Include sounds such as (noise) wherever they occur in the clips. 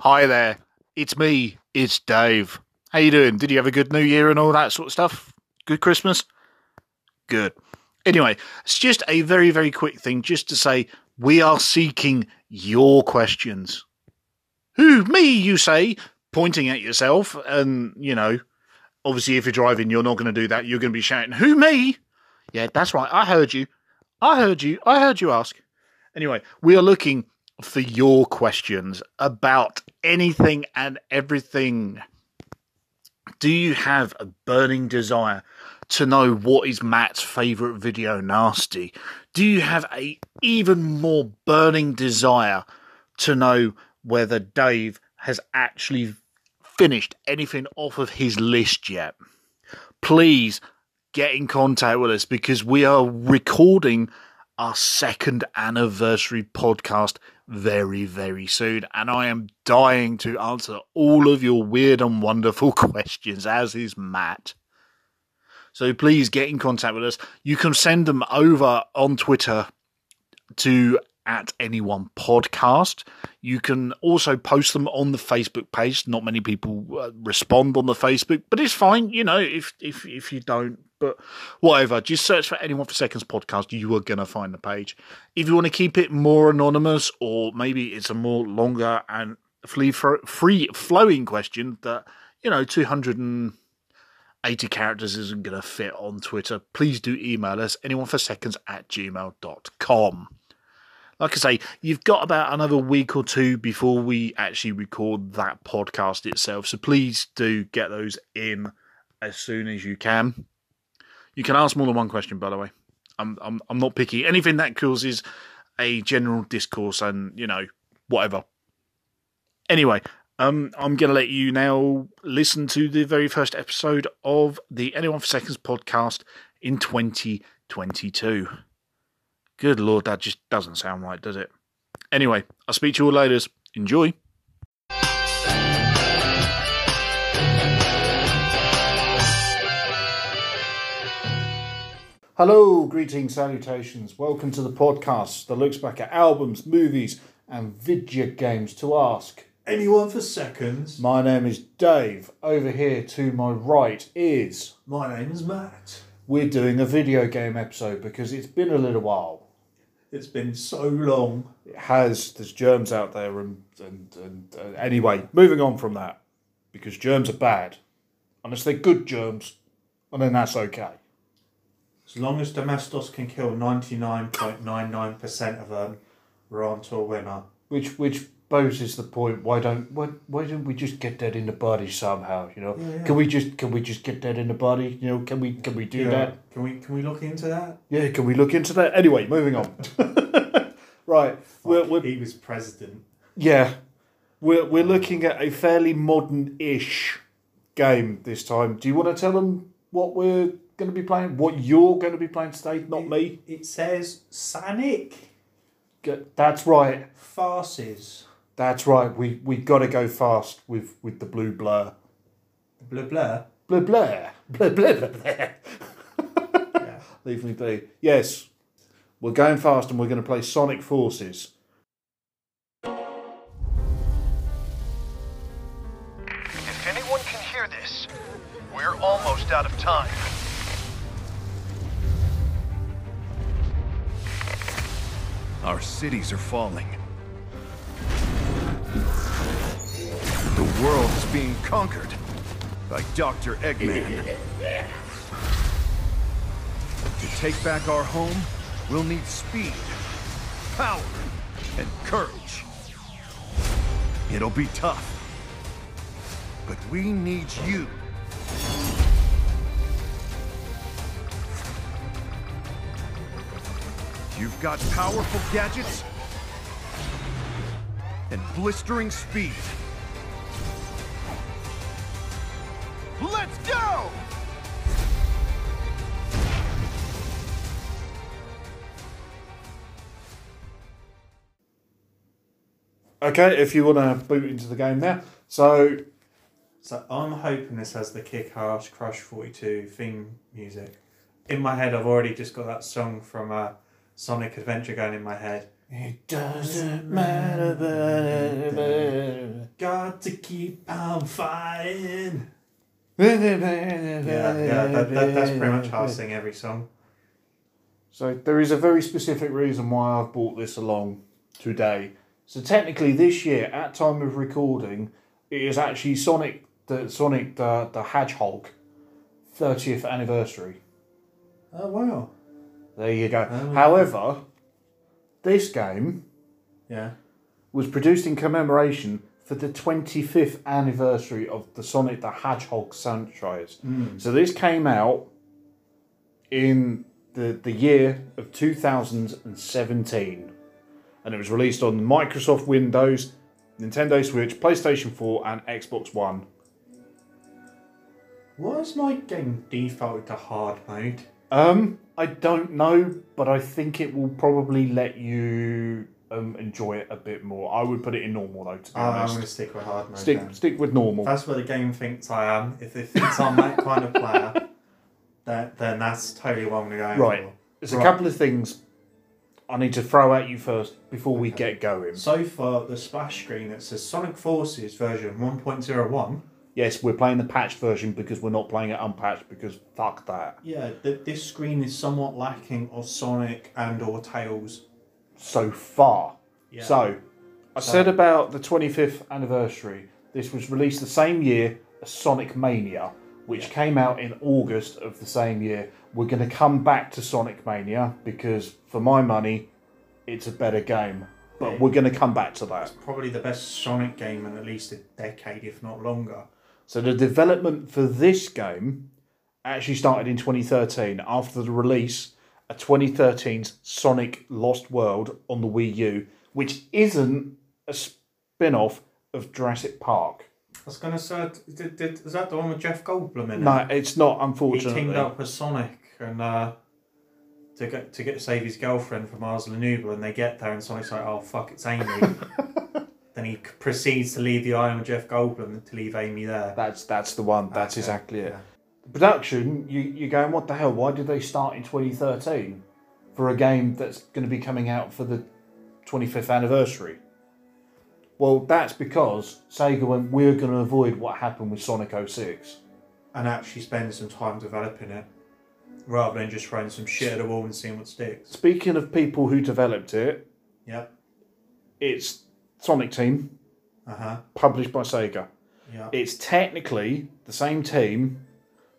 Hi there. It's me. It's Dave. How you doing? Did you have a good New Year and all that sort of stuff? Good Christmas? Good. Anyway, it's just a very, very quick thing just to say we are seeking your questions. Who? Me, you say, pointing at yourself. And, you know, obviously, if you're driving, you're not going to do that. You're going to be shouting, Who, me? Yeah, that's right. I heard you. I heard you. I heard you ask. Anyway, we are looking for your questions about anything and everything. Do you have a burning desire to know what is Matt's favorite video nasty? Do you have a even more burning desire to know whether Dave has actually finished anything off of his list yet? Please get in contact with us because we are recording our second anniversary podcast very, very soon. And I am dying to answer all of your weird and wonderful (laughs) questions, as is Matt. So please get in contact with us. You can send them over on Twitter to at anyone podcast. You can also post them on the Facebook page. Not many people uh, respond on the Facebook, but it's fine. You know, if if if you don't, but whatever. Just search for anyone for seconds podcast. You are gonna find the page. If you want to keep it more anonymous, or maybe it's a more longer and free free flowing question that you know two hundred and 80 characters isn't going to fit on Twitter. Please do email us, anyone for seconds at gmail.com like I say, you've got about another week or two before we actually record that podcast itself. So please do get those in as soon as you can. You can ask more than one question, by the way. I'm I'm I'm not picky. Anything that causes a general discourse and you know whatever. Anyway, um, I'm going to let you now listen to the very first episode of the Anyone for Seconds podcast in 2022. Good lord, that just doesn't sound right, does it? Anyway, I'll speak to you all later. Enjoy. Hello, greetings, salutations. Welcome to the podcast that looks back at albums, movies, and video games to ask. Anyone for seconds? My name is Dave. Over here to my right is. My name's Matt. We're doing a video game episode because it's been a little while. It's been so long. it has there's germs out there and and, and uh, anyway moving on from that because germs are bad unless they're good germs and then that's okay As long as Damastos can kill 99.99% of them, we're on to a winner. which which poses the point why don't why, why don't we just get that in the body somehow you know Yeah. can we just can we just get that in the body you know can we can we do that Can we can we look into that? yeah can we look into that anyway moving on (laughs) right we're, Like, we're he was president. Yeah, we're we're looking at a fairly modern-ish game this time. Do you want to tell them what we're going to be playing? What you're going to be playing today? Not me. It says Sanic G- That's right. farces. That's right. We we got to go fast with with the blue blur. Blah blah. Blah blah blah blah (laughs) blah. blah. (laughs) Yeah. Leave me be. Yes, we're going fast, and we're going to play Sonic Forces. If anyone can hear this, we're almost out of time. Our cities are falling. The world is being conquered by Dr. Eggman. to take back our home, we'll need speed, power, and courage. It'll be tough. But we need you. You've got powerful gadgets and blistering speed. Let's go! Okay, if you want to boot into the game now. (laughs) So So I'm hoping this has the kick ass Crush 42 theme music. In my head, I've already just got that song from uh, Sonic Adventure going in my head. it doesn't matter. got to keep on fighting. Yeah, yeah, that, that, that's pretty much how I sing every song. So there is a very specific reason why I've brought this along today. So technically, this year, at time of recording, it is actually Sonic the Sonic the the Hedgehog, thirtieth anniversary. Oh wow. There you go. Oh. However, this game Yeah. was produced in commemoration for the 25th anniversary of the Sonic the Hedgehog franchise. So this came out in the, the year of 2017 and it was released on Microsoft Windows, Nintendo Switch, PlayStation 4 and Xbox 1. Why is my game default to hard mode? Um I don't know, but I think it will probably let you um, enjoy it a bit more. I would put it in normal though to be Oh, I'm honest. going to stick with hard mode. Stick then. stick with normal. That's where the game thinks I am. If it thinks I'm that kind of (laughs) player, that then that's totally what I'm going Right. for. There's a Right. couple of things I need to throw at you first before we get going. So far, the splash screen that says Sonic Forces version 1.01. Yes, we're playing the patched version because we're not playing it unpatched because fuck that. Yeah, th- this screen is somewhat lacking of Sonic and or Tails. So far. Yeah. So, I said about the 25th anniversary. This was released the same year as Sonic Mania, which came out in August of the same year. We're going to come back to Sonic Mania because, for my money, it's a better game. But we're going to come back to that. Probably the best Sonic game in at least a decade, if not longer. So the development for this game actually started in 2013 after the release of 2013's Sonic Lost World on the Wii U, which isn't a spin-off of Jurassic Park. I was going to say, did, did, is that the one with Jeff Goldblum in it? No, it's not, He teamed unfortunately. up with Sonic and uh, to get to get save his girlfriend from Ars Lanuba, and they get there, and Sonic's like, "Oh fuck, it's (laughs) Amy." then he c- proceeds to leave the island with Jeff Goldblum to leave Amy there. That's that's the one. That's Okay, exactly it. yeah. The production, you, you're going, what the hell? Why did they start in 2013 for a game that's going to be coming out for the 25th anniversary? Well, that's because Sega went, we're going to avoid what happened with Sonic 06. And actually spend some time developing it, rather than just throwing some shit at a wall and seeing what sticks. Speaking of people who developed it, Yep. it's Sonic Team, Uh huh. published by Sega. Yeah. It's technically the same team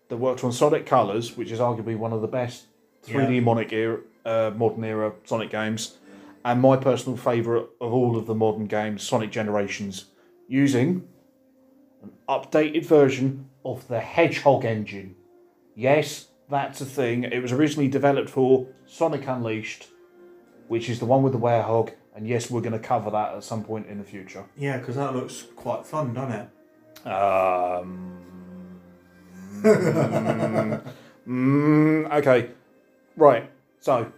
that worked on Sonic Colors, which is arguably one of the best 3D Yeah. Monic era, uh, modern era Sonic games, and my personal favourite of all of the modern games, Sonic Generations, using an updated version of the Hedgehog engine. Yes, that's a thing. It was originally developed for Sonic Unleashed, which is the one with the werehog, and yes, we're going to cover that at some point in the future. Yeah, because that looks quite fun, doesn't it? Um. mm, okay, right. So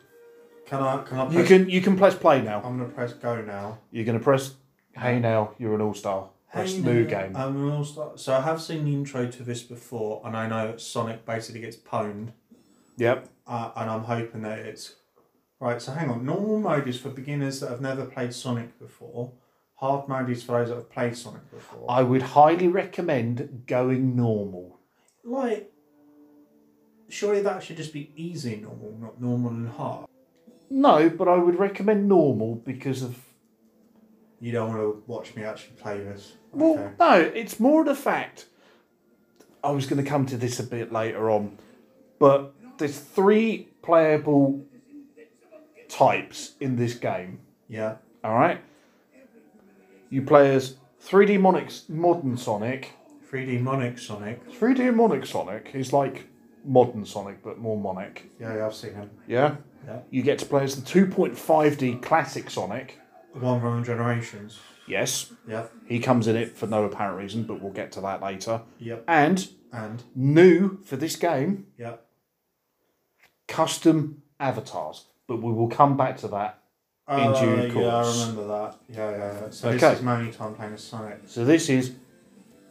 Can I? Can I? Press, you can you can press play now. I'm gonna press go now. You're gonna press. Hey Uh, now, you're an all star. Press Hey, new now, game. I'm an all-star. Um, So I have seen the intro to this before, and I know Sonic basically gets pwned. Yep. uh, and I'm hoping that it's right. So hang on, normal mode is for beginners that have never played Sonic before. Hard mode is for those that have played Sonic before. I would highly recommend going normal. like, surely that should just be easy normal, not normal and hard. No, but I would recommend normal because of You don't want to watch me actually play this. Well, Okay. no, it's more the fact. I was going to come to this a bit later on, but there's three playable types in this game. Yeah. All right, you play as 3D Monix modern Sonic. 3D Monic Sonic. 3D Monic Sonic is like modern Sonic, but more Monic. Yeah, yeah, I've seen him. Yeah. Yeah. You get to play as the 2.5D classic Sonic. The One from Generations. Yes, Yep. he comes in it for no apparent reason, but we'll get to that later. Yep. And And new for this game yep. custom avatars, but we will come back to that. In due Uh, Yeah, I course. remember that. Yeah, yeah. yeah. So Okay. this is my only time playing as Sonic. So this is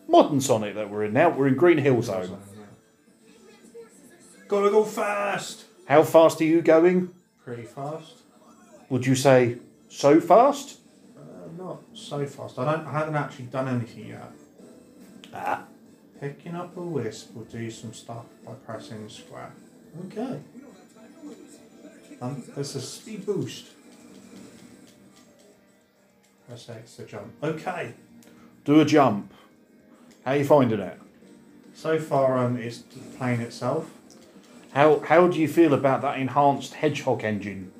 modern Sonic that we're in now. We're in Green Hill Zone. Gotta go fast. How fast are you going? Pretty fast. Would you say so fast? Uh, no, got so fast? I don't. I haven't actually done anything yet. Ah. Picking up a wisp will do some stuff by pressing square. Okay. Um, there's a speed boost. Press X to jump. Okay. Do a jump. How you finding it? So far, um, it's playing itself. How how do you feel about that enhanced hedgehog engine?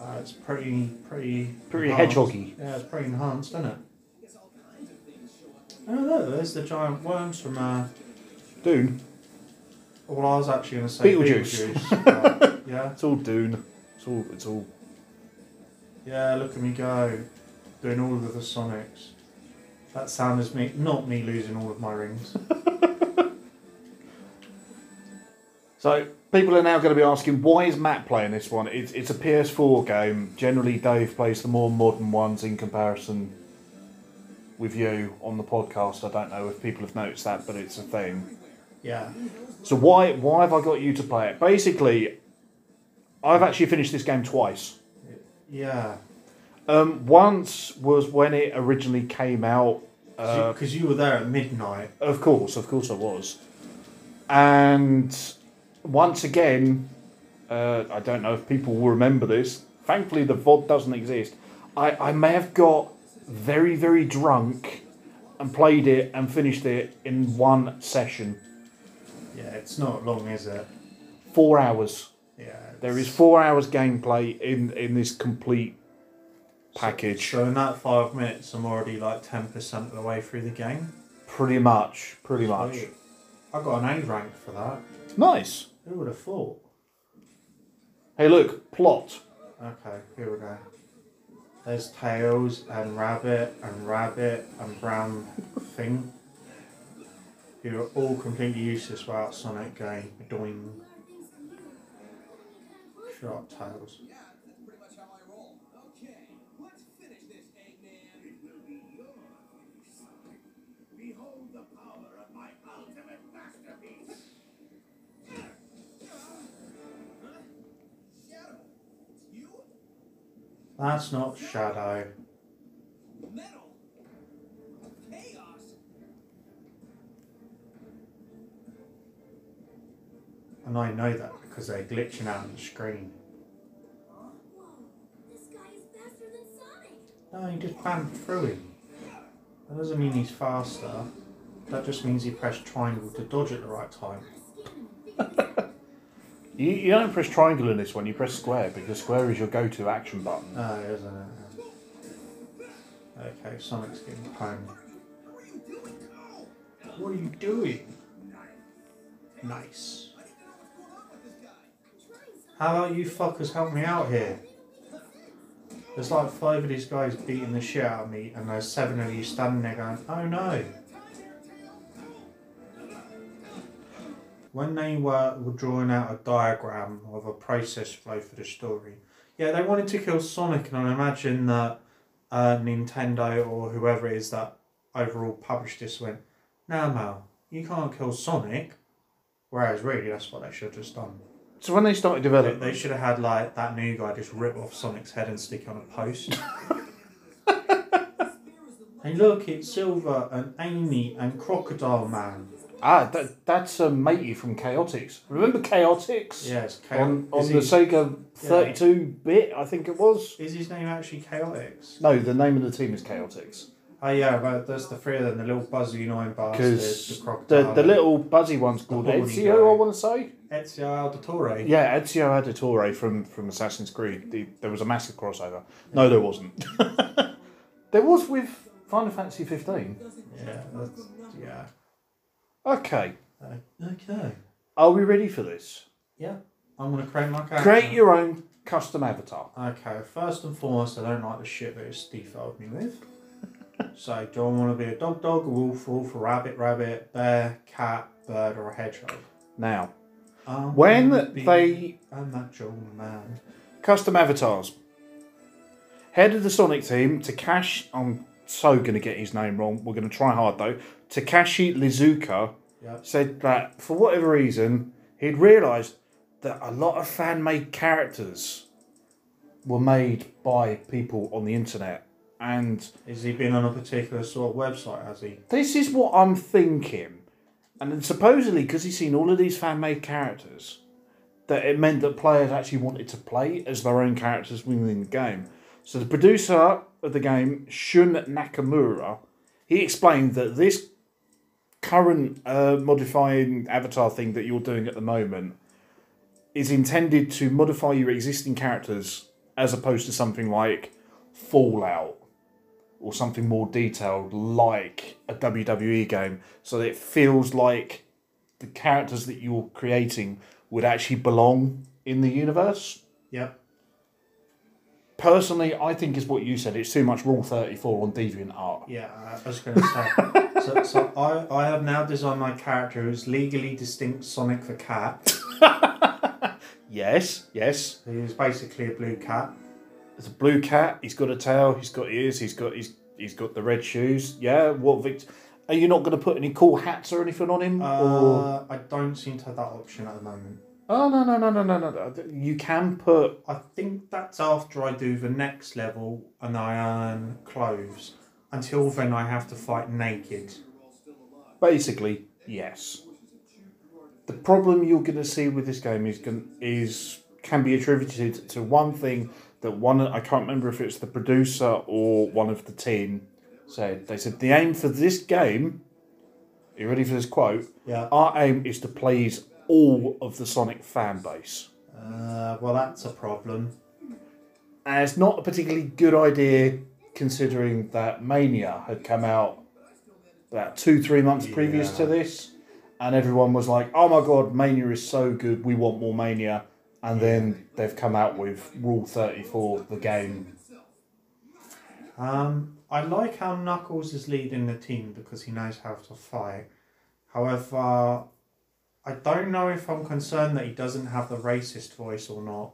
Uh, it's pretty, pretty, Pretty enhanced. hedgehoggy. Yeah, it's pretty enhanced, isn't it? Oh look, there's the giant worms from. Uh, Dune. well, I was actually going to say Beetlejuice. Beetlejuice, but, (laughs) yeah, It's all Dune. It's all it's all yeah. Look at me go, doing all of the Sonics. That sound is me, not me losing all of my rings. (laughs) So people are now going to be asking, why is Matt playing this one? It's it's a PS4 game. Generally, Dave plays the more modern ones in comparison with you on the podcast. I don't know if people have noticed that, but it's a thing. yeah, So why why have I got you to play it? Basically, I've actually finished this game twice. yeah. Um, once was when it originally came out. Uh, Because you were there at midnight. Of course, of course I was. And once again, uh, I don't know if people will remember this. Thankfully, the VOD doesn't exist. I, I may have got very, very drunk and played it and finished it in one session. Yeah, it's not long, is it? Four hours. Yeah. There it's- is four hours gameplay in, in this complete package. So in that five minutes, I'm already like ten percent of the way through the game. Pretty much. Pretty much. Sweet. I got an A rank for that. Nice. Who would have thought? Hey, look, plot. Okay, here we go. There's tails and rabbit and rabbit and (laughs) brown thing. Who are all completely useless without Sonic going doing shot tails. That's not Shadow. And I know that because they're glitching out on the screen. This guy is faster than Sonic. No, he just bumped through him. That doesn't mean he's faster. That just means he pressed triangle to dodge at the right time. You, you don't press triangle in this one, you press square because square is your go to action button. No, it isn't it? uh, Okay, Sonic's getting pwned. What are you doing? Nice. How about you fuckers help me out here? There's like five of these guys beating the shit out of me, and there's seven of you standing there going, oh no. When they were, were drawing out a diagram of a process flow for the story, yeah, they wanted to kill Sonic, and I imagine that uh, Nintendo or whoever it is that overall published this went, nah, Mal, you can't kill Sonic. Whereas, really, that's what they should have just done. So when they started They, developing, they should have had, like, that new guy just rip off Sonic's head and stick it on a post. hey, look, it's Silver and Amy and Crocodile Man. ah, that, that's um, matey from Chaotix. Remember Chaotix? Yes, On, on is, the his- Sega 32 bit, I think it was. is his name actually Chaotix? No, the name of the team is Chaotix. Oh, yeah, but there's the three of them the little buzzy annoying bastards, Because the the, crocodile. the little buzzy one's called horny Ezio, guy. I want to say. Ezio Auditore. Yeah, Ezio Auditore from, from Assassin's Creed. The, there was a massive crossover. No, there wasn't. (laughs) there was with Final Fantasy 15. Yeah, that's, yeah. Okay, Okay. are we ready for this? Yeah. I'm gonna create my character. Create your own custom avatar. Okay. First and foremost, I don't like the shit that it's defiled me (laughs) with. so, do I want to be a dog, dog, a wolf, wolf, a rabbit, rabbit, bear, cat, bird, or a hedgehog? Now, I'm when gonna be they a natural man. custom avatars, head of the Sonic team, Takashi. I'm so gonna get his name wrong. We're gonna try hard though. Takashi Lizuka Yep. said that for whatever reason he'd realised that a lot of fan made characters were made by people on the internet and Has he been on a particular sort of website? Has he? this is what I'm thinking. And then supposedly, because he's seen all of these fan made characters, that it meant that players actually wanted to play as their own characters within the game. So the producer of the game, Shun Nakamura, he explained that this current uh, modifying avatar thing that you're doing at the moment is intended to modify your existing characters as opposed to something like Fallout or something more detailed like a WWE game so that it feels like the characters that you're creating would actually belong in the universe. Yep. Personally, I think is what you said. It's too much Rule 34 on DeviantArt. Yeah, I- I was going to say. so so I, I have now designed my character who's legally distinct Sonic the Cat. Yes, yes. Who's basically a blue cat. There's a blue cat. He's got a tail. He's got ears. He's got he's he's got the red shoes. Yeah. What Vic? Are you not going to put any cool hats or anything on him? or... Uh, I don't seem to have that option at the moment. Oh no no no no no no, no! You can put I think that's after I do the next level and I earn clothes. Until then, I have to fight naked. Basically, yes. The problem you're going to see with this game is gon- is can be attributed to one thing that one I can't remember if it's the producer or one of the team said. They said the aim for this game. Are you ready for this quote? Yeah. Our aim is to please all of the Sonic fan base. Uh, well, that's a problem. And it's not a particularly good idea considering that Mania had come out about two, three months previous to this. And everyone was like, oh my god, Mania is so good, we want more Mania. And then they've come out with Rule 34, the game. Um, I like how Knuckles is leading the team because he knows how to fight. However, I don't know if I'm concerned that he doesn't have the racist voice or not.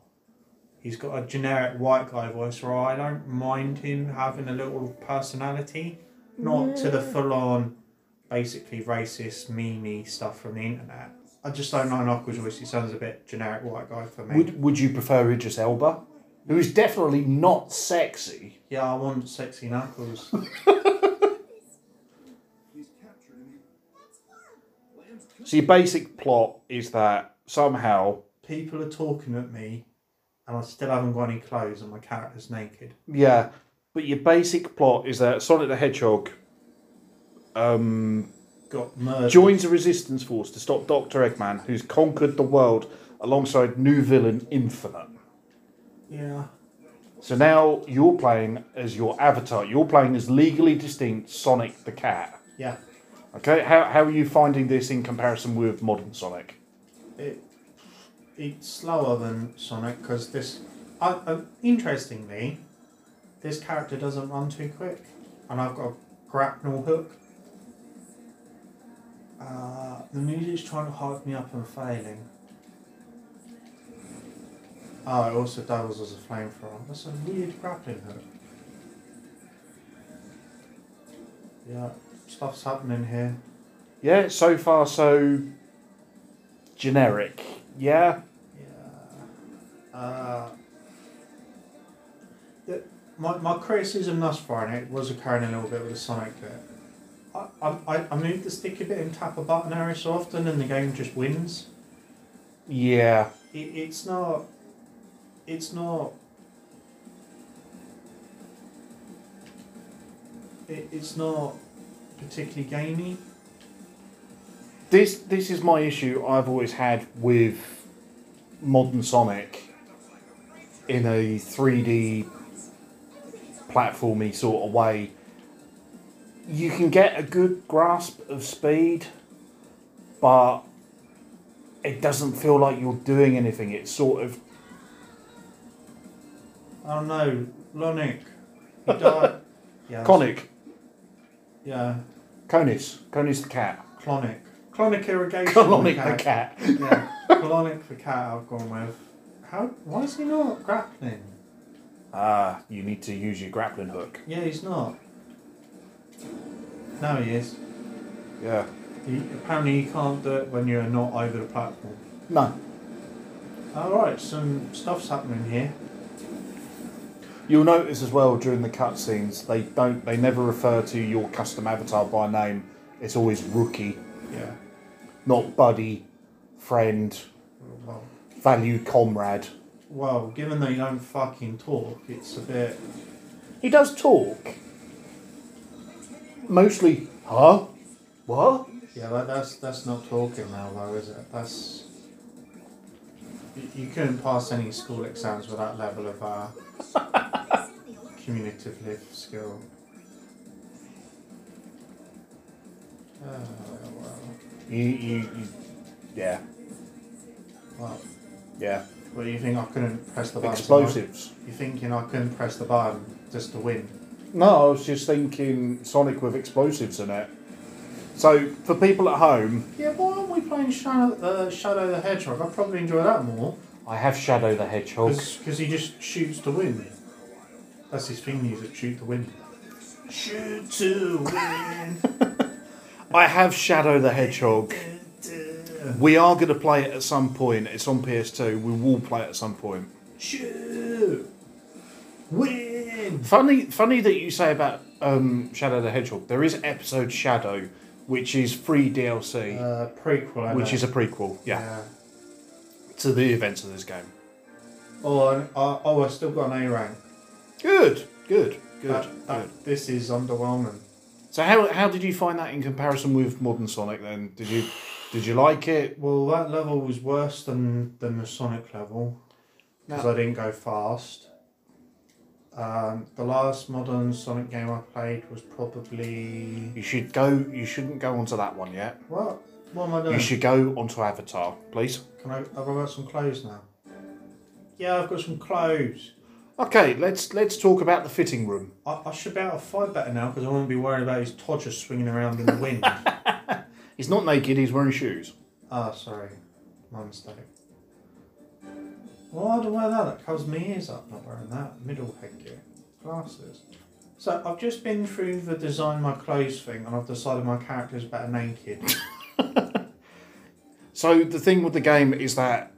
He's got a generic white guy voice, where I don't mind him having a little personality, not to the full on, basically racist, memey stuff from the internet. I just don't know Knuckles' voice. He sounds a bit generic white guy for me. Would, would you prefer Idris Elba? Who is definitely not sexy. Yeah, I want sexy Knuckles. So your basic plot is that somehow, people are talking at me and I still haven't got any clothes and my character's naked. yeah, but your basic plot is that Sonic the Hedgehog Got murdered. joins a resistance force to stop Dr. Eggman, who's conquered the world alongside new villain Infinite. yeah. So now you're playing as your avatar. You're playing as legally distinct Sonic the Cat. Yeah. Okay, how, how are you finding this in comparison with modern Sonic? It, it's slower than Sonic because this. I, I, interestingly, this character doesn't run too quick and I've got a grapnel hook. Uh, the music's trying to hype me up and failing. Oh, it also doubles as a flamethrower. That's a weird grappling hook. Yeah, stuff's happening here. Yeah, so far so generic. Yeah, Yeah. Uh, the, my, my criticism thus far, and it was occurring a little bit with the Sonic bit, I, I, I- I move the stick a bit and tap a button every so often, and the game just wins. yeah. It, it's not. It's not. It, it's not particularly gamey. This this is my issue I've always had with modern Sonic in a 3D platformy sort of way. You can get a good grasp of speed, but it doesn't feel like you're doing anything. It's sort of I don't know. Lonic. You died. yeah. conic. Yeah. Conis. Conis the cat. Clonic. Clonic irrigation. Colonic the okay. cat. yeah, Colonic the cat I've gone with. How? Why is he not grappling? Ah, you need to use your grappling hook. Yeah, he's not. No, he is. Yeah. He, apparently, you can't do it when you're not over the platform. No. All right, some stuff's happening here. You'll notice as well during the cutscenes they don't they never refer to your custom avatar by name. It's always rookie, Yeah. not buddy, friend, Well, valued comrade. well, given they don't fucking talk, it's a bit. He does talk. Mostly, huh? What? Yeah, that, that's that's not talking now, though, is it? That's. you- You couldn't pass any school exams with that level of uh, communicative live skill. Oh, well, You, you, you yeah, well, yeah. well, you think I couldn't press the button? Explosives. You're thinking I couldn't press the button just to win? No, I was just thinking Sonic with explosives in it. So for people at home, Yeah, why aren't we playing Shadow, uh, Shadow the Hedgehog? I'd probably enjoy that more. I have Shadow the Hedgehog. Because he just shoots to win. That's his theme music, shoot to win. Shoot to win. I have Shadow the Hedgehog. We are going to play it at some point. It's on PS2. We will play it at some point. shoot. Win. Funny, funny that you say about um, Shadow the Hedgehog. There is episode Shadow, which is free DLC, Uh, prequel, I which know. is a prequel, yeah, Yeah. to the events of this game. Oh, and, uh, oh, I still got an A rank. Good, good, good. That, good. that, this is underwhelming. So how how did you find that in comparison with Modern Sonic? Then did you did you like it? Well, that level was worse than, than the Sonic level because No. I didn't go fast. Um, the last modern Sonic game I played was probably. You should go. You shouldn't go onto that one yet. What? What am I doing? You should go onto Avatar, please. Can I? Have I got some clothes now? Yeah, I've got some clothes. Okay, let's let's talk about the fitting room. I, I should be able to fight better now because I won't be worried about his Todger swinging around in the wind. He's not naked. He's wearing shoes. Ah, sorry, my mistake. Well, I don't wear that. That covers my ears up. Not wearing that middle headgear, glasses. So I've just been through the design my clothes thing, and I've decided my character's better naked. So the thing with the game is that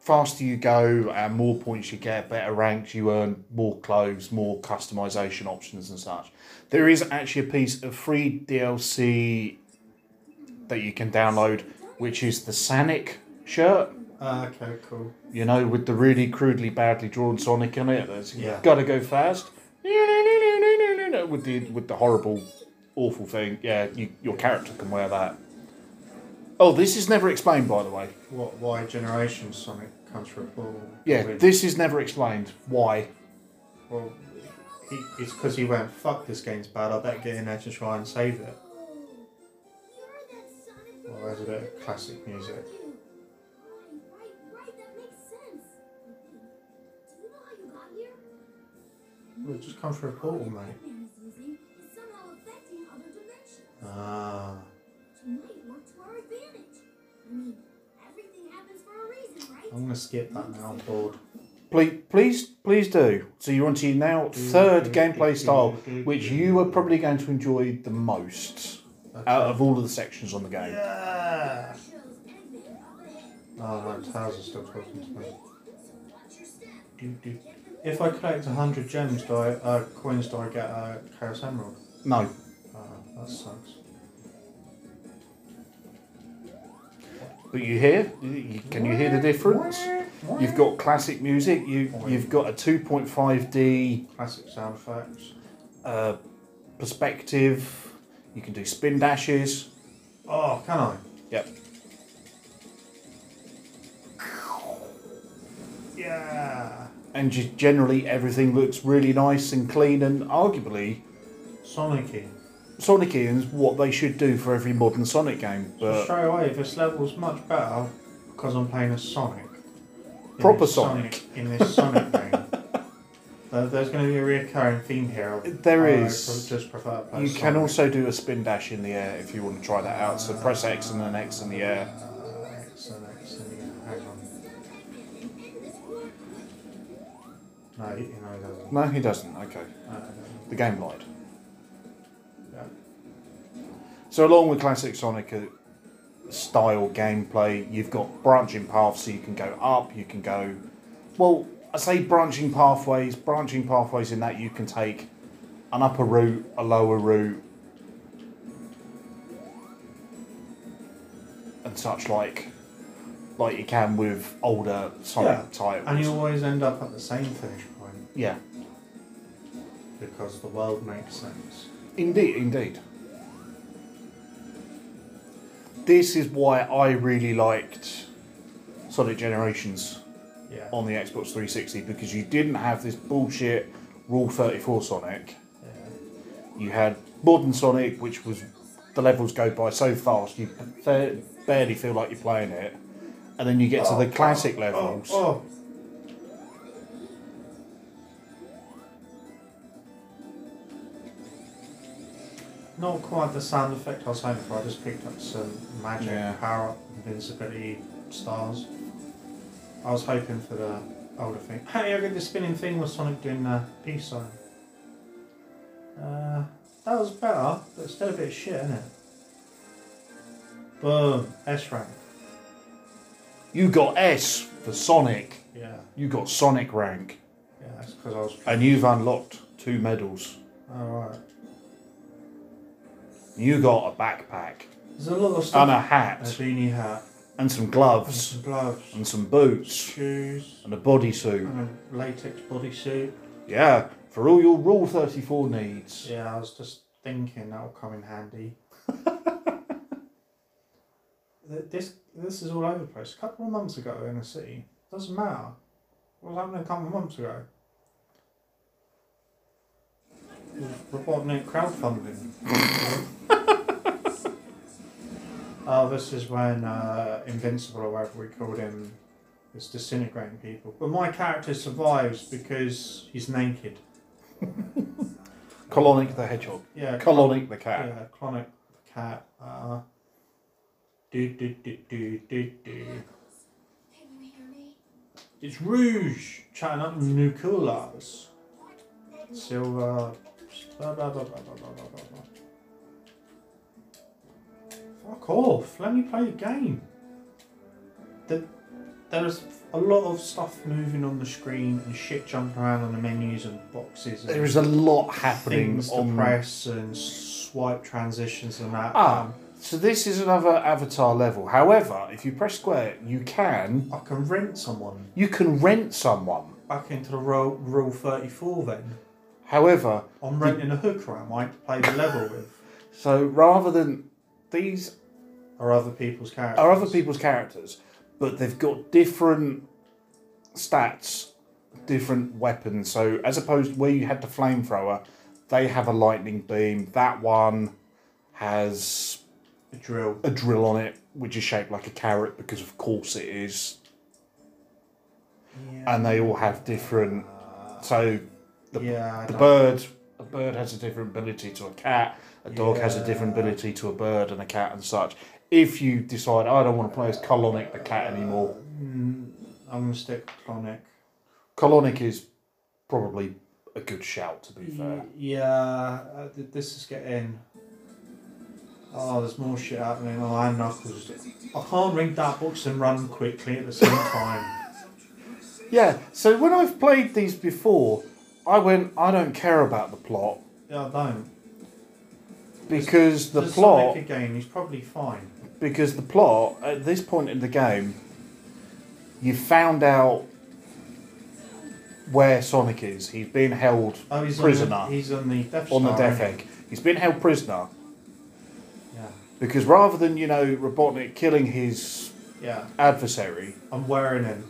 faster you go and more points you get, better ranks you earn, more clothes, more customization options and such. There is actually a piece of free DLC that you can download, which is the Sanic shirt. Ah, okay, cool. You know, with the really crudely, badly drawn Sonic on it. That's Yeah. gotta go fast. With the with the horrible, awful thing. Yeah, you, your character can wear that. Oh, this is never explained, by the way. What? Why generation Sonic comes from a ball? Yeah, Win. this is never explained. Why? Well, he, it's because he went, fuck, this game's bad, I better get in there to try and save it. You're that Sonic Well, there's Oh, a bit of classic music. you. Right, right, right, that makes sense. Do you know how you got here? Well, it just come through a portal, mate. Man is using is somehow affecting other dimensions, Ah. which might work to our advantage. I mean, everything happens for a reason, right? I'm going to skip that now, I'm bored. Please, please, please do. So you're onto your now third gameplay style, which you are probably going to enjoy the most out of all of the sections on the game. Yeah! Shows anything overhead. Oh, that Taz is still talking to me. So watch your step. Do, do. If I collect 100 gems, do I, uh, coins, do I get a Chaos Emerald? No, Ah, that sucks. but you hear? You- you- Can you hear the difference? You've got classic music. You you've got a 2.5D Classic sound effects. uh, perspective. You can do spin dashes. Oh, can I? Yep. Yeah! And just generally everything looks really nice and clean and arguably Sonic-y. Sonic is what they should do for every modern Sonic game, So but straight away, this level's much better because I'm playing as Sonic. In Proper this Sonic. In this Sonic game. There- There's going to be a recurring theme here. of There how is. I pro- just prefer to play you Sonic. can also do a spin dash in the air if you want to try that out. So press X and then X in the air. Uh, excellent, excellent, yeah, hang on. No, you you know that one. Uh, No, he doesn't. Okay, No, no, no. the game lied. Yeah. So along with classic Sonic uh, style gameplay, you've got branching paths, so you can go up, you can go. Well, I say branching pathways, branching pathways in that you can take an upper route, a lower route, and such like, like you can with older Sonic titles. And you always end up at the same finish point yeah, because the world makes sense. indeed, indeed. This is why I really liked Sonic Generations Yeah. on the Xbox 360 because you didn't have this bullshit Rule 34 Sonic. yeah. You had Modern Sonic, which was the levels go by so fast you fa- barely feel like you're playing it, and then you get to the classic Oh, levels. oh. Not quite the sound effect I was hoping for. I just picked up some magic Yeah. power up invincibility stars. I was hoping for the older thing. Hey, I got the spinning thing with Sonic doing the peace sign. Uh, that was better, but still a bit of shit, isn't it? Boom, S rank. You got S for Sonic. Yeah, You got Sonic rank, yeah, that's because I was. and you've unlocked two medals. Alright. You got a backpack There's a lot of stuff. and a A hat beanie hat, and some and gloves some gloves, and some boots shoes, and a bodysuit. and a latex bodysuit. Yeah, for all your Rule 34 needs. Yeah, I was just thinking that'll come in handy. Th- this this is all over the place. A couple of months ago in the city, doesn't matter. What was happening a couple of months ago? Reporting it crowdfunding. oh, this is when uh, Invincible, or whatever we called him, is disintegrating people. But my character survives because he's naked. Colonic the Hedgehog. Yeah, Colonic the Cat. Yeah, chronic cat. Uh, do do do do do do. Can you hear me? It's Rouge chatting up Nukulas. Silver. Blah, blah, blah, blah, blah, blah, blah, blah, blah. Fuck off. Let me play the game. The, there's a lot of stuff moving on the screen and shit jumping around on the menus and boxes. And There is a lot happening things on to press and swipe transitions and that. Um, Ah, so this is another avatar level. However, if you press square, you can I can rent someone you can rent someone. back into the rule, rule 34 then. However, I'm renting a hooker I might play the level with. so rather than these Or other people's characters. are other people's characters, but they've got different stats, different weapons. So as opposed to where you had the flamethrower, they have a lightning beam. That one has A drill. a drill on it, which is shaped like a carrot because of course it is. Yeah. and they all have different. So the, Yeah, I the know. bird, a bird has a different ability to a cat. A dog has a different Yeah. ability to a bird and a cat and such. If you decide I don't want to play as colonic the cat anymore, Mm, I'm going to stick with Clonic. colonic is probably a good shout to be fair. Yeah, uh, th- this is getting. Oh, there's more shit happening. Oh, and Knuckles. I can't ring that box and run quickly at the (laughs) same time. Yeah. So when I've played these before, I went I don't care about the plot Yeah, I don't. because the There's plot Sonic again, he's probably fine. because the plot at this point in the game, you found out where Sonic is. He's been held Oh, he's prisoner On on the, the, he's on the Death Star, death ain't he? egg. He's been held prisoner Yeah. because rather than you know Robotnik killing his Yeah. adversary I'm wearing him.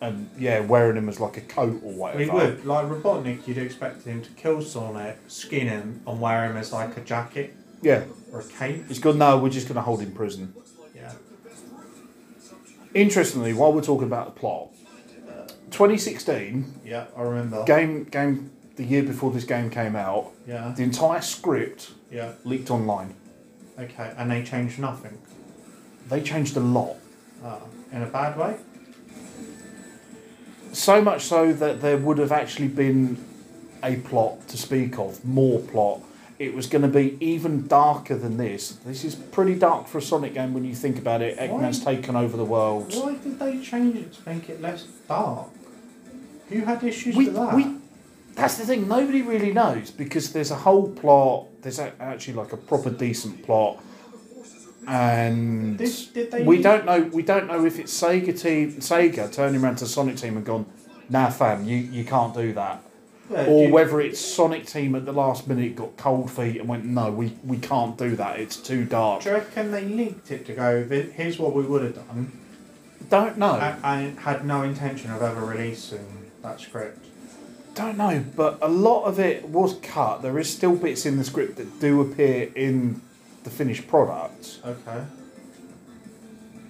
and yeah wearing him as like a coat or We whatever, would. Like Robotnik, you'd expect him to kill Sonic, skin him, and wear him as like a jacket yeah, or a cape. he's gone. No, we're just going to hold him in prison. Yeah. Interestingly, while we're talking about the plot, 2016 Yeah, I remember. game game the year before this game came out, Yeah. the entire script Yeah. leaked online. Okay. And they changed nothing. They changed a lot. Ah, in a bad way? So much so that there would have actually been a plot to speak of, more plot. It was going to be even darker than this. This is pretty dark for a Sonic game when you think about it. Eggman's taken over the world. Why did they change it to make it less dark? Who had issues we, with that? we that's the thing nobody really knows because there's a whole plot there's a, actually like a proper decent plot and Did- did they- we don't know we don't know if it's Sega team Sega turning around to Sonic team and gone nah fam you, you can't do that Yeah, or you- whether it's Sonic team at the last minute got cold feet and went no we, we can't do that it's too dark Do you reckon they leaked it to go, "Th- here's what we would have done, don't know and, and had no intention of ever releasing that script? Don't know, but a lot of it was cut. There is still bits in the script that do appear in the finished product. Okay.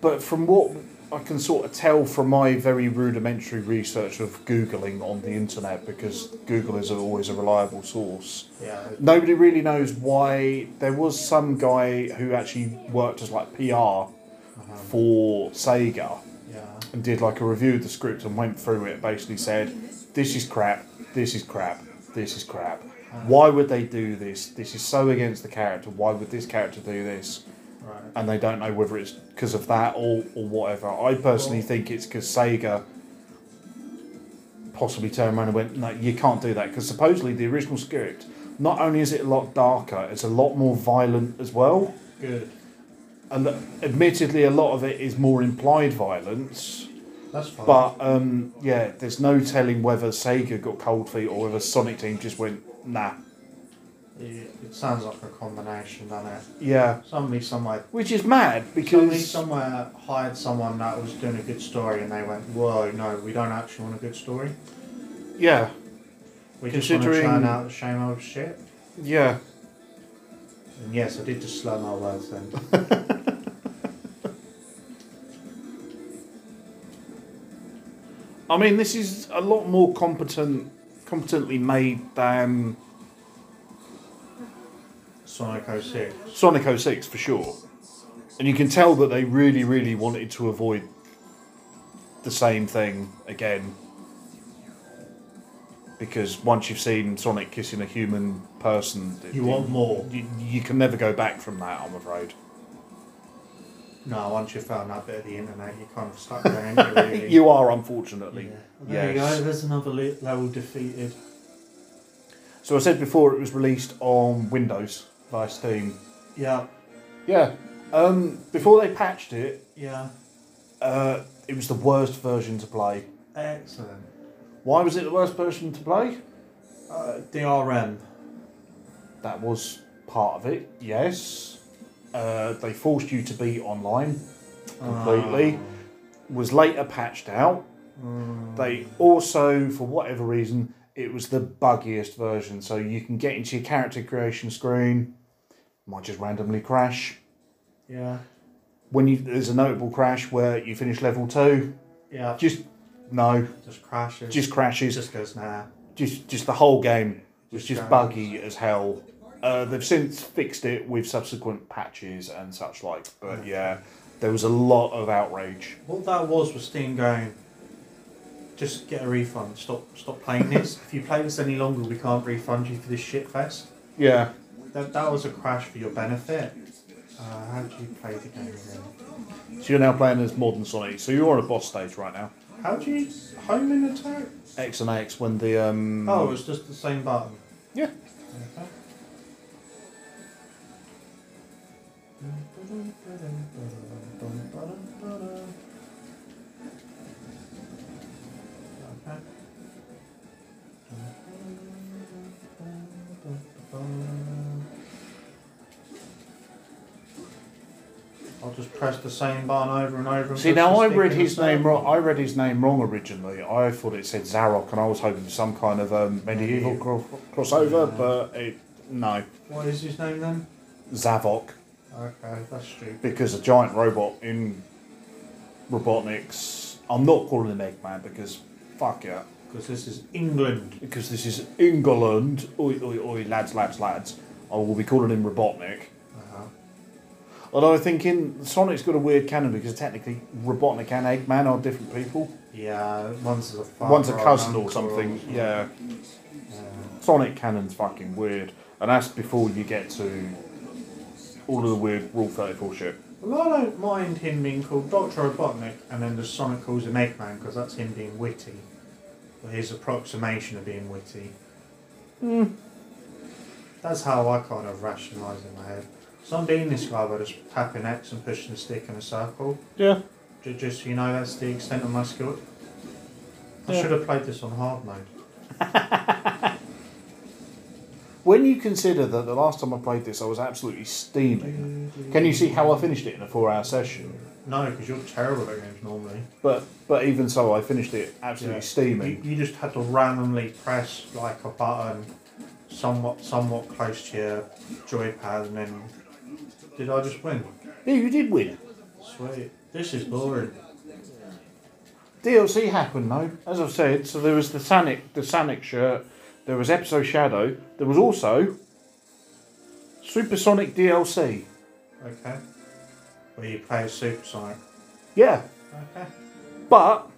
But from what I can sort of tell from my very rudimentary research of Googling on the internet, because Google is always a reliable source, Yeah. they- nobody really knows why. There was some guy who actually worked as like PR for Sega Yeah. and did like a review of the script and went through it. Basically said, "This is crap. This is crap. This is crap. Why would they do this? This is so against the character. Why would this character do this?" Right. And they don't know whether it's because of that or or whatever. I personally think it's because Sega possibly turned around and went, "No, you can't do that." Because supposedly the original script, not only is it a lot darker, it's a lot more violent as well. Good. And admittedly, a lot of it is more implied violence. That's fine. But um, yeah, there's no telling whether Sega got cold feet or whether Sonic Team just went nah. it, it sounds like a combination, doesn't it? Yeah, Somebody somewhere, which is mad somebody because somewhere hired someone that was doing a good story, and they went, "Whoa, no, we don't actually want a good story. yeah, We just want to churn Considering- out the same old shit." yeah, And yes, I did just slur my words (laughs) then. I mean this is a lot more competent, competently made than Sonic 06. Sonic 06 for sure, and you can tell that they really, really wanted to avoid the same thing again. Because once you've seen Sonic kissing a human person, it- You want more? you, you can never go back from that. I'm afraid. No, once you've found that bit of the internet, you're kind of (laughs) stuck there, ain't you, really? You are, unfortunately. Yeah. There you Yes. go, there's another le- level defeated. So I said before it was released on Windows by Steam. Yeah, Yeah. Um, before they patched it, yeah. uh, it was the worst version to play. Excellent. Why was it the worst version to play? Uh, DRM. That was part of it, yes. Uh, they forced you to be online completely. Was later patched out. They also, for whatever reason, it was the buggiest version. So you can get into your character creation screen, might just randomly crash. Yeah, When you there's a notable crash where you finish level two, yeah. Just, just no, crashes. just It crashes. just goes, nah. just just the whole game was Just just crashed. buggy as hell. Uh, they've since fixed it with subsequent patches and such like, but yeah, there was a lot of outrage. What that was was Steam going, just get a refund. Stop stop playing this. if you play this any longer, we can't refund you for this shit fest. Yeah, That, that was a crash for your benefit. Uh, how do you play the game again? so you're now playing as Modern Sonic, so you're on a boss stage right now. How do you home in attack? X and X when the um Oh, it's just the same button. yeah Okay. I'll just press the same button over and over. And See press now, the I stick read in his the name circle. wrong. I read his name wrong originally. I thought it said Zarok, and I was hoping for some kind of um, medieval cro- crossover, but it, no, What is his name then? Zavok, Okay, that's stupid. because a giant robot in Robotnik's. I'm not calling him Eggman because fuck yeah, Because this is England. because this is England. Oi, oi, oi, lads, lads, lads. I will be calling him Robotnik. Uh-huh. Although I'm thinking Sonic's got a weird canon because technically Robotnik and Eggman are different people. Yeah, one's a father One's a or an cousin or uncle something. something. Yeah. Yeah. Sonic canon's fucking weird, and that's before you get to all of the weird Rule 34 shit. Well, I don't mind him being called Doctor Robotnik, and then the Sonic calls him Eggman because that's him being witty. his approximation of being witty. Hmm. That's how I kind of rationalise in my head. So I'm being this guy by just tapping X and pushing the stick in a circle. Yeah. Ju- Just so you know, that's the extent of my skill. I Yeah. should have played this on hard mode. When you consider that the last time I played this, I was absolutely steaming. Can you see how I finished it in a four-hour session? No, because you're terrible at games normally. But but even so, I finished it absolutely Yeah. steaming. You, you just had to randomly press like a button, somewhat somewhat close to your joypad, and then did I just win? Yeah, you did win. Sweet. This is boring. DLC happened though, as I've said. So there was the Sonic, the Sonic shirt. There was Episode Shadow. There was also Supersonic DLC. Okay. Well, you play as Super Sonic. Yeah, Okay. but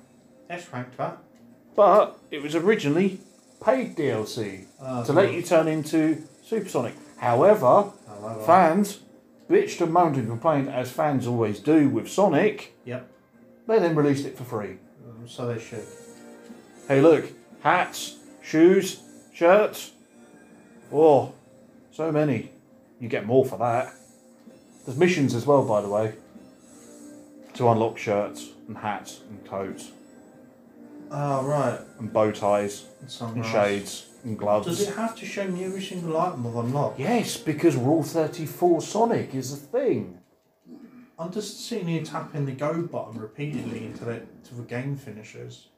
That's ranked up. but it was originally paid DLC Ah, to cool. let you turn into Supersonic. However, Oh, well, well. fans bitched and moaned and complained as fans always do with Sonic. Yep. They then released it for free. Um, so they should. Hey, look, hats, shoes, shirts. Oh, so many. You get more for that. There's missions as well, by the way, to unlock shirts and hats and coats Oh, right. and bow ties And somewhere and else. shades and Does gloves. it have to show me every single item if I'm not? Yes, because Rule 34 Sonic is a thing. I'm just sitting here tapping the go button repeatedly until it until the game finishes.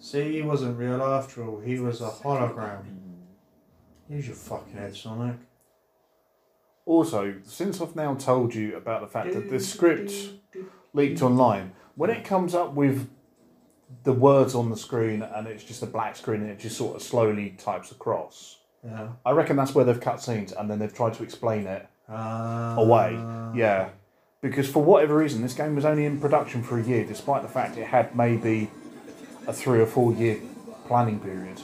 See, he wasn't real after all. He was a hologram. Use your fucking head, Sonic. Also, since I've now told you about the fact that the script leaked online, when it comes up with the words on the screen and it's just a black screen and it just sort of slowly types across, Yeah. I reckon that's where they've cut scenes and then they've tried to explain it Uh, away. yeah. Because for whatever reason, this game was only in production for a year, despite the fact it had maybe a three or four year planning period,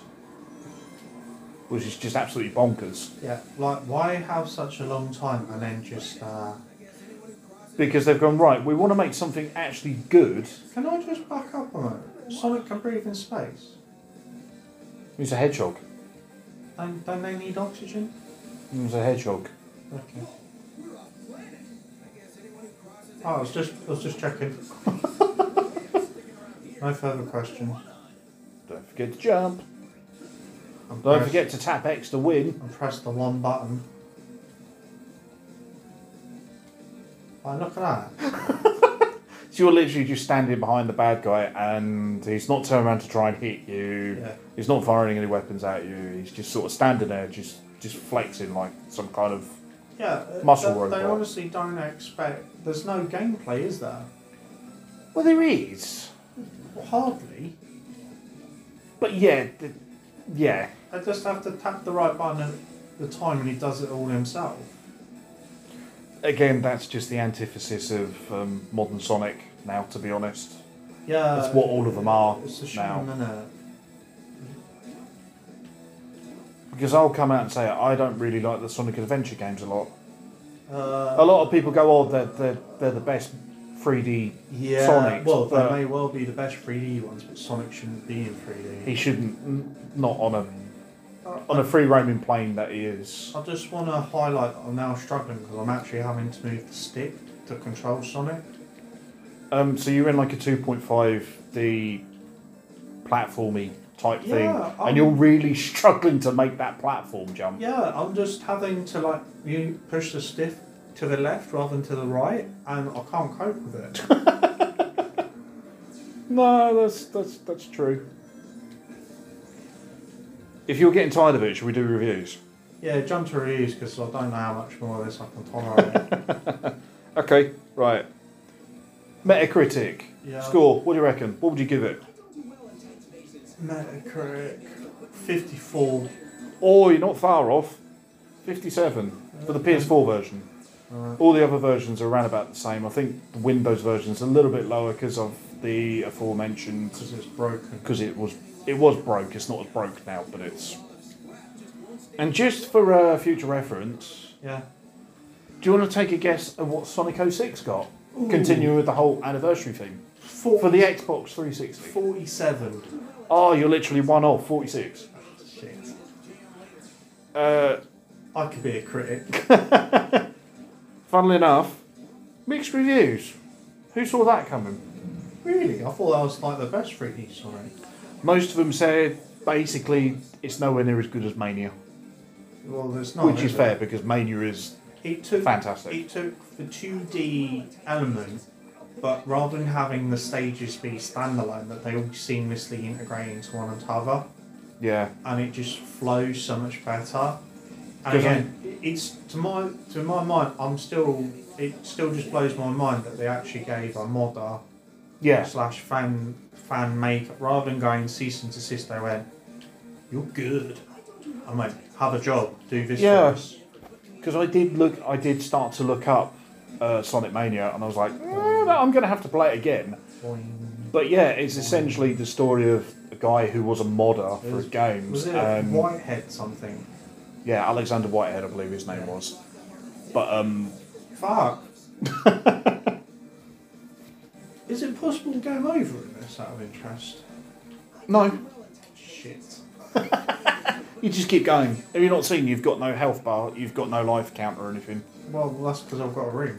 which is just absolutely bonkers. Yeah. Like, why have such a long time and then just? Uh, Because they've gone, right, we want to make something actually good. can I just back up a moment? Sonic can breathe in space. He's a hedgehog. Don't, don't they need oxygen? He was a hedgehog. Okay. Oh, I was just, I was just checking. (laughs) no further questions. Don't forget to jump. I'm Don't press- forget to tap X to win. And press the one button. Oh, look at that. So you're literally just standing behind the bad guy, and he's not turning around to try and hit you. Yeah. He's not firing any weapons at you. He's just sort of standing there, just just flexing like some kind of. Yeah, uh, (laughs) Muscle they, they robot. honestly don't expect. There's no gameplay, is there? Well, there is, Hardly. but yeah, th- yeah. They just have to tap the right button at the time and he does it all himself. Again, that's just the antithesis of um, modern Sonic. Now, to be honest, Yeah. that's what all of them are Uh, It's a shame, now. isn't it? Because I'll come out and say I don't really like the Sonic Adventure games a lot. Uh, A lot of people go, "Oh, they're they're, they're the best 3D Yeah, Sonic." well, uh, they but may well be the best 3D ones, but Sonic shouldn't be in 3D. he shouldn't, n- not on a Uh, on a free roaming plane that he is. I just want to highlight that I'm now struggling because I'm actually having to move the stick to control Sonic. Um, so you're in like a 2.5D platformy type thing, Yeah, and I'm- you're really (laughs) struggling to make that platform jump. Yeah, I'm just having to like you push the stick to the left rather than to the right, and I can't cope with (laughs) it. No, that's that's that's true. If you're getting tired of it, should we do reviews? yeah, jump to reviews because I don't know how much more of this I can tolerate. Okay, right. Metacritic Yeah. score. What do you reckon? What would you give it? (laughs) Metacritic 54. Oh, you're not far off. 57 for the PS4 version. All the other versions are around about the same. I think the Windows version's a little bit lower because of the aforementioned. Because it's broken. Because it was it was broke. It's not as broke now, but it's. And just for uh, future reference, Yeah. oh do you want to take a guess at what Sonic 06 got? Continuing with the whole anniversary theme. for the Xbox 360. 47. Oh, you're literally one off 46. Shit. Uh, I could be a critic. funnily enough, mixed reviews. Who saw that coming? really? I thought that was like the best 3D Sonic. Most of them said basically it's nowhere near as good as Mania, Well, there's not. which is it? fair because Mania is It took Fantastic. It took the 2D element, but rather than having the stages be standalone, that they all seamlessly integrate into one another, yeah and it just flows so much better. And Good again, it's to my to my mind, I'm still it still just blows my mind that they actually gave a modder yeah slash fan fan makeup rather than going cease and desist. They went, "You're good." I went, "Have a job, do this Yeah. for us." because I did look I did start to look up uh, Sonic Mania and I was like "Eh, I'm gonna have to play it again. Boing. But yeah, it's essentially the story of a guy who was a modder for Was- games. um, Was it and- Whitehead something? Yeah, Alexander Whitehead, I believe his name was. But um, Fuck. (laughs) Is it possible to game over in this out of interest? no, Shit. you just keep going. Have you not seen? You've got no health bar, you've got no life count or anything. Well, that's because I've got (laughs) a ring.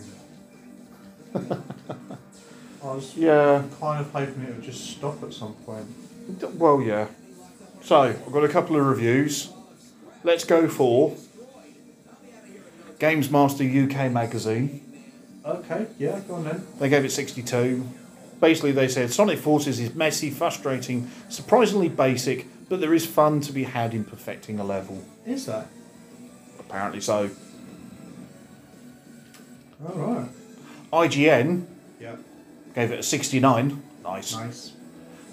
I was Yeah. kind of hoping it would just stop at some point. D- Well, yeah. So I've got a couple of reviews. Let's go for Games Master UK magazine. Okay, yeah, go on then. They gave it 62. Basically, they said Sonic Forces is messy, frustrating, surprisingly basic, but there is fun to be had in perfecting a level. Is that? Apparently so. Alright. IGN Yep, gave it a 69. Nice. nice.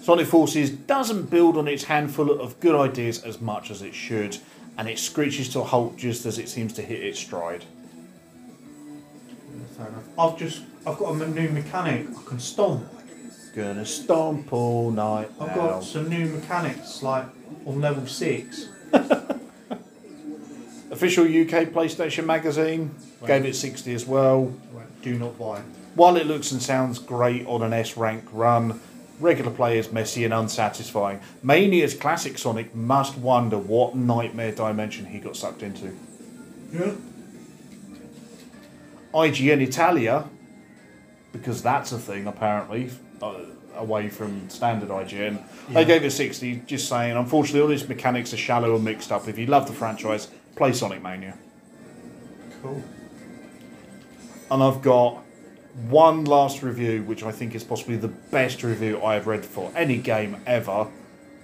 Sonic Forces doesn't build on its handful of good ideas as much as it should, and it screeches to a halt just as it seems to hit its stride. Fair enough. I've just, I've got a m- new mechanic. I can stomp. Gonna stomp all night. I've now. got some new mechanics, like on level 6. Official UK PlayStation magazine gave it 60 as well. Right, Do not buy. While it looks and sounds great on an S rank run, regular play is messy and unsatisfying. Mania's classic Sonic must wonder what nightmare dimension he got sucked into. Yeah. IGN Italia, because that's a thing apparently, uh, away from standard IGN. They Yeah. gave it 60, just saying, unfortunately, all these mechanics are shallow and mixed up. If you love the franchise, play Sonic Mania. Cool. And I've got one last review, which I think is possibly the best review I have read for any game ever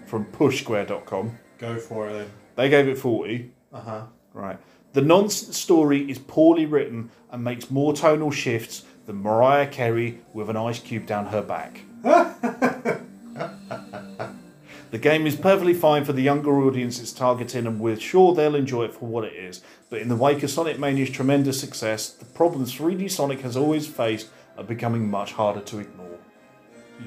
from pushsquare.com. Go for it then. They gave it 40. Uh huh. Right. The nonsense story is poorly written and makes more tonal shifts than Mariah Carey with an ice cube down her back. the game is perfectly fine for the younger audience it's targeting, and we're sure they'll enjoy it for what it is. But in the wake of Sonic Mania's tremendous success, the problems 3D Sonic has always faced are becoming much harder to ignore.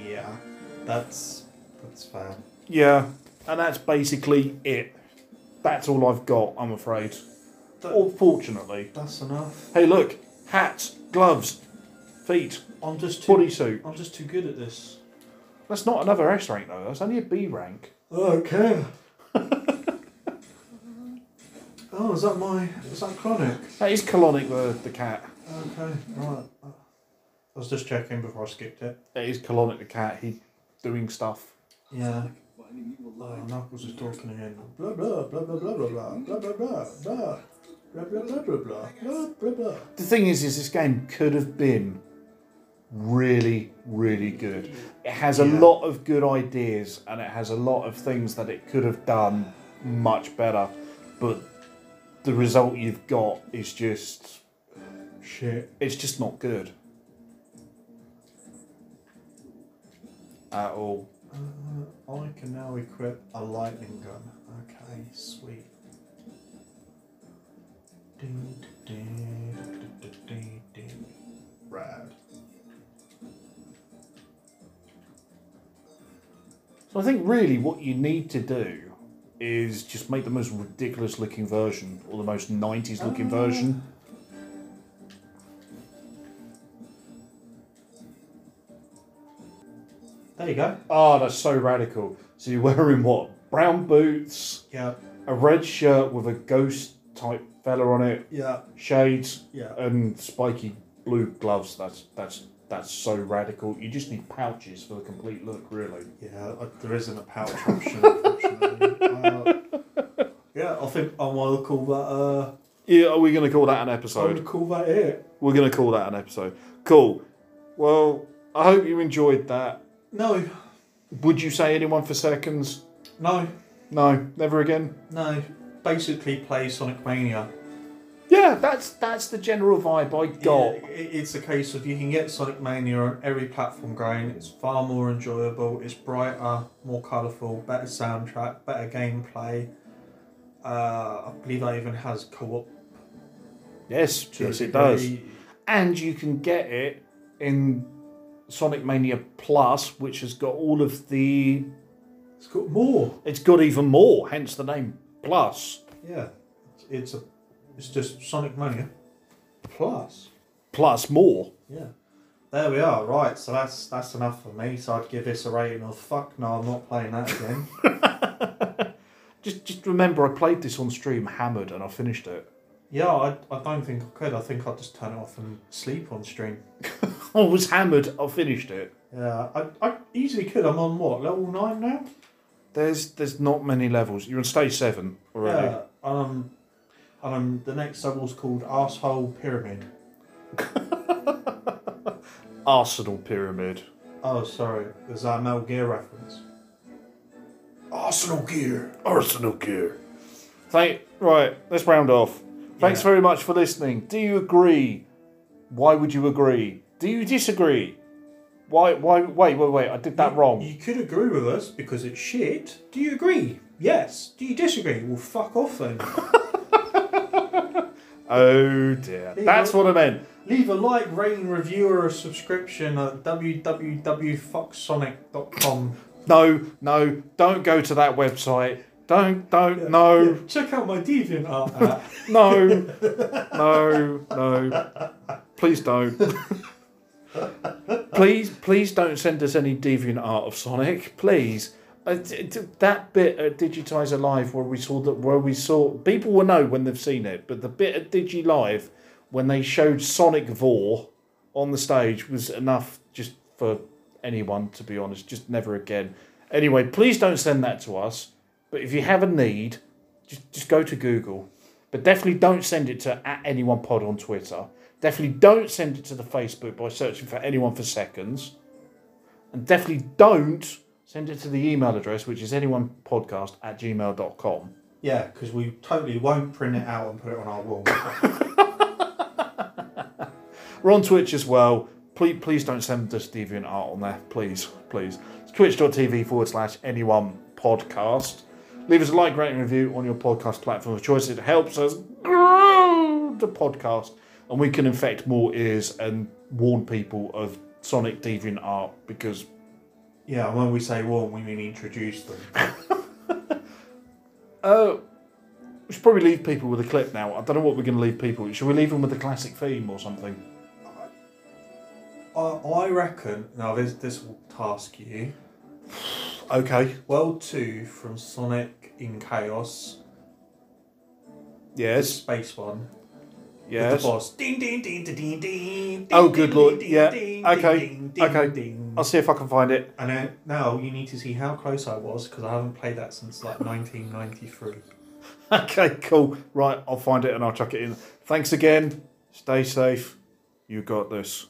Yeah, that's that's fair. Yeah, and that's basically it. That's all I've got, I'm afraid. Unfortunately. That's enough. Hey, look, hats, gloves, feet, I'm just too. bodysuit. I'm just too good at this. That's not another S rank though. That's only a B rank. (laughs) Okay. oh, is that my? Is that chronic? That is colonic uh, the the cat. Okay, right. I was just checking before I skipped it. That is colonic the cat. He doing stuff. Yeah. Oh, Knuckles is talking again. Blah blah blah blah blah blah blah blah blah blah blah blah blah blah blah blah blah blah blah. The thing is, is this game could have been really, really good. It has a Yeah. lot of good ideas and it has a lot of things that it could have done much better, but the result you've got is just Shit. it's just not good at all. Uh, I can now equip a lightning gun. Okay, sweet. Ding, ding, ding, ding, ding, ding. Rad. So I think really what you need to do is just make the most ridiculous looking version or the most 90s looking version. There you go. Oh, that's so radical. So you're wearing what? Brown boots, Yeah. a red shirt with a ghost type fella on it, Yeah. shades, Yeah. and spiky blue gloves. That's that's that's so radical. You just need pouches for the complete look, really. Yeah, uh, there isn't a pouch option, unfortunately. uh, yeah, I think I want to call that. Uh, Yeah, are we gonna call that an I would episode? call that it. We're gonna call that an episode. Cool. Well, I hope you enjoyed that. No, Would you say anyone for seconds? no, No, never again. no. Basically, play Sonic Mania. Yeah, that's that's the general vibe I got. It- it- it's a case of you can get Sonic Mania on every platform going. It's far more enjoyable. It's brighter, more colourful, better soundtrack, better gameplay. Uh, I believe that even has co-op. Yes, to a yes, it does. degree. and you can get it in Sonic Mania Plus, which has got all of the. It's got more. It's got even more, hence the name Plus. Yeah, It's- it's a, it's just Sonic Mania, plus. Plus more. Yeah. There we are, right, so that's that's enough for me, so I'd give this a rating of fuck no, I'm not playing that again. Just, just remember, I played this on stream hammered, and I finished it. (laughs) yeah, I, I don't think I could, I think I'd just turn it off and sleep on stream. I was hammered. I finished it. Yeah, I, I easily could, I'm on what, level 9 now? There's, there's not many levels. You're on stage seven already. Yeah, um, and um, the next level's called Asshole Pyramid. Arsenal Pyramid. Oh, sorry, there's that Metal Gear reference. Arsenal Gear! Arsenal gear. Thank, right, let's round off. Thanks Yeah. very much for listening. Do you agree? Why would you agree? Do you disagree? Why, why, wait, wait, wait, I did that wrong. You could agree with us because it's shit. Do you agree? Yes. Do you disagree? Well, fuck off then. (laughs) Oh dear. That's what I meant. Leave a like, rating, review, or a subscription at www.fucksonic.com. No, no, don't go to that website. Don't, don't, no, Yeah, check out my DeviantArt (laughs) app. no, no, no. Please don't. please, please don't send us any deviant art of Sonic, please. Uh, d- d- that bit at Digitizer Live where we saw that where we saw people will know when they've seen it, but the bit at Digi Live when they showed Sonic Vor on the stage was enough just for anyone to be honest, just never again. Anyway, please don't send that to us. But if you have a need, just just go to Google. But definitely don't send it to at anyone pod on Twitter. Definitely don't send it to the Facebook by searching for anyone for seconds. And definitely don't send it to the email address, which is anyonepodcast at gmail.com. yeah, because we totally won't print it out and put it on our wall. We're on Twitch as well. Please, please don't send us deviant art on there. Please, please. It's twitch.tv forward slash anyone podcast. Leave us a like, rating, review on your podcast platform of choice. It helps us grow the podcast and we can infect more ears and warn people of Sonic deviant art because yeah, and when we say warn, we mean introduce them. Uh, we should probably leave people with a clip now. I don't know what we're going to leave people. with. Should we leave them with a classic theme or something? I, I reckon, now this, this will task you. Okay. World 2 from Sonic in Chaos, Yes. Space 1. With Yes. the boss. Ding, ding, ding, ding, ding, ding. Oh, ding, good ding, lord. ding, Yeah. ding, Okay. ding, ding, Okay. ding. I'll see if I can find it. And then, now you need to see how close I was because I haven't played that since like 1993. (laughs) Okay, cool. Right, I'll find it and I'll chuck it in. Thanks again. Stay safe. You got this.